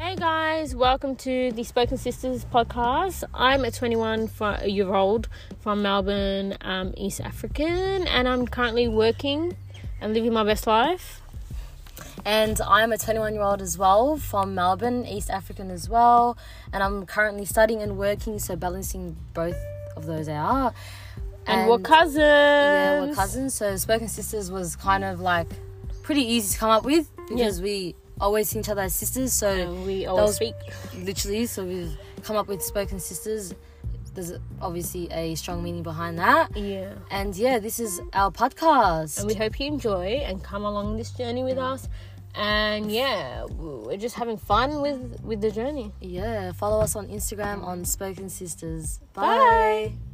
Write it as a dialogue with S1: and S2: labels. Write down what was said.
S1: Hey guys, welcome to the Spoken Sisters podcast. I'm a 21 fro- year old from Melbourne, um, East African, and I'm currently working and living my best life.
S2: and I'm a 21 year old as well from Melbourne, East African as well. And I'm currently studying and working, so balancing both of those out.
S1: And, we're cousins.
S2: Yeah, we're cousins. So Spoken Sisters was kind of like pretty easy to come up with because we always see each other as sisters. So
S1: And we
S2: that
S1: always
S2: was
S1: speak.
S2: Literally, so we've come up with Spoken Sisters. There's obviously a strong meaning behind that.
S1: Yeah.
S2: And yeah, this is our podcast.
S1: And we hope you enjoy and come along this journey with us. And yeah, we're just having fun with with the journey.
S2: Yeah, follow us on Instagram on Spoken Sisters.
S1: Bye.
S2: Bye.